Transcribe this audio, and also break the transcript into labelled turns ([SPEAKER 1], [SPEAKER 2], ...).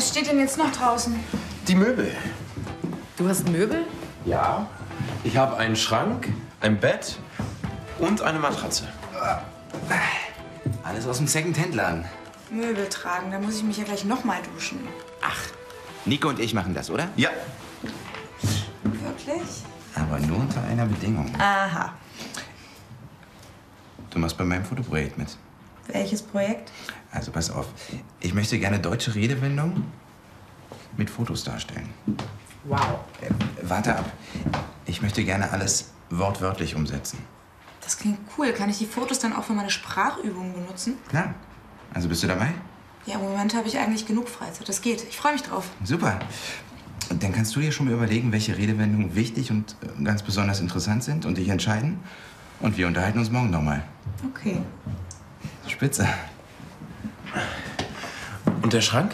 [SPEAKER 1] steht denn jetzt noch draußen?
[SPEAKER 2] Die Möbel.
[SPEAKER 3] Du hast Möbel?
[SPEAKER 2] Ja. Ich habe einen Schrank, ein Bett und eine Matratze.
[SPEAKER 4] Alles aus dem Second-Hand-Laden.
[SPEAKER 1] Möbel tragen, da muss ich mich ja gleich nochmal duschen.
[SPEAKER 4] Ach, Nico und ich machen das, oder?
[SPEAKER 2] Ja.
[SPEAKER 1] Wirklich?
[SPEAKER 4] Aber nur unter einer Bedingung.
[SPEAKER 1] Aha.
[SPEAKER 4] Du machst bei meinem Fotoprojekt mit.
[SPEAKER 1] Welches Projekt?
[SPEAKER 4] Also pass auf. Ich möchte gerne deutsche Redewendungen mit Fotos darstellen.
[SPEAKER 3] Wow.
[SPEAKER 4] Äh, warte ab. Ich möchte gerne alles wortwörtlich umsetzen.
[SPEAKER 1] Das klingt cool. Kann ich die Fotos dann auch für meine Sprachübungen benutzen?
[SPEAKER 4] Klar. Also bist du dabei?
[SPEAKER 1] Ja, im Moment habe ich eigentlich genug Freizeit. Das geht. Ich freue mich drauf.
[SPEAKER 4] Super. Und Dann kannst du dir schon mal überlegen, welche Redewendungen wichtig und äh, ganz besonders interessant sind und dich entscheiden. Und wir unterhalten uns morgen nochmal.
[SPEAKER 1] Okay.
[SPEAKER 4] Spitze.
[SPEAKER 2] Und der Schrank?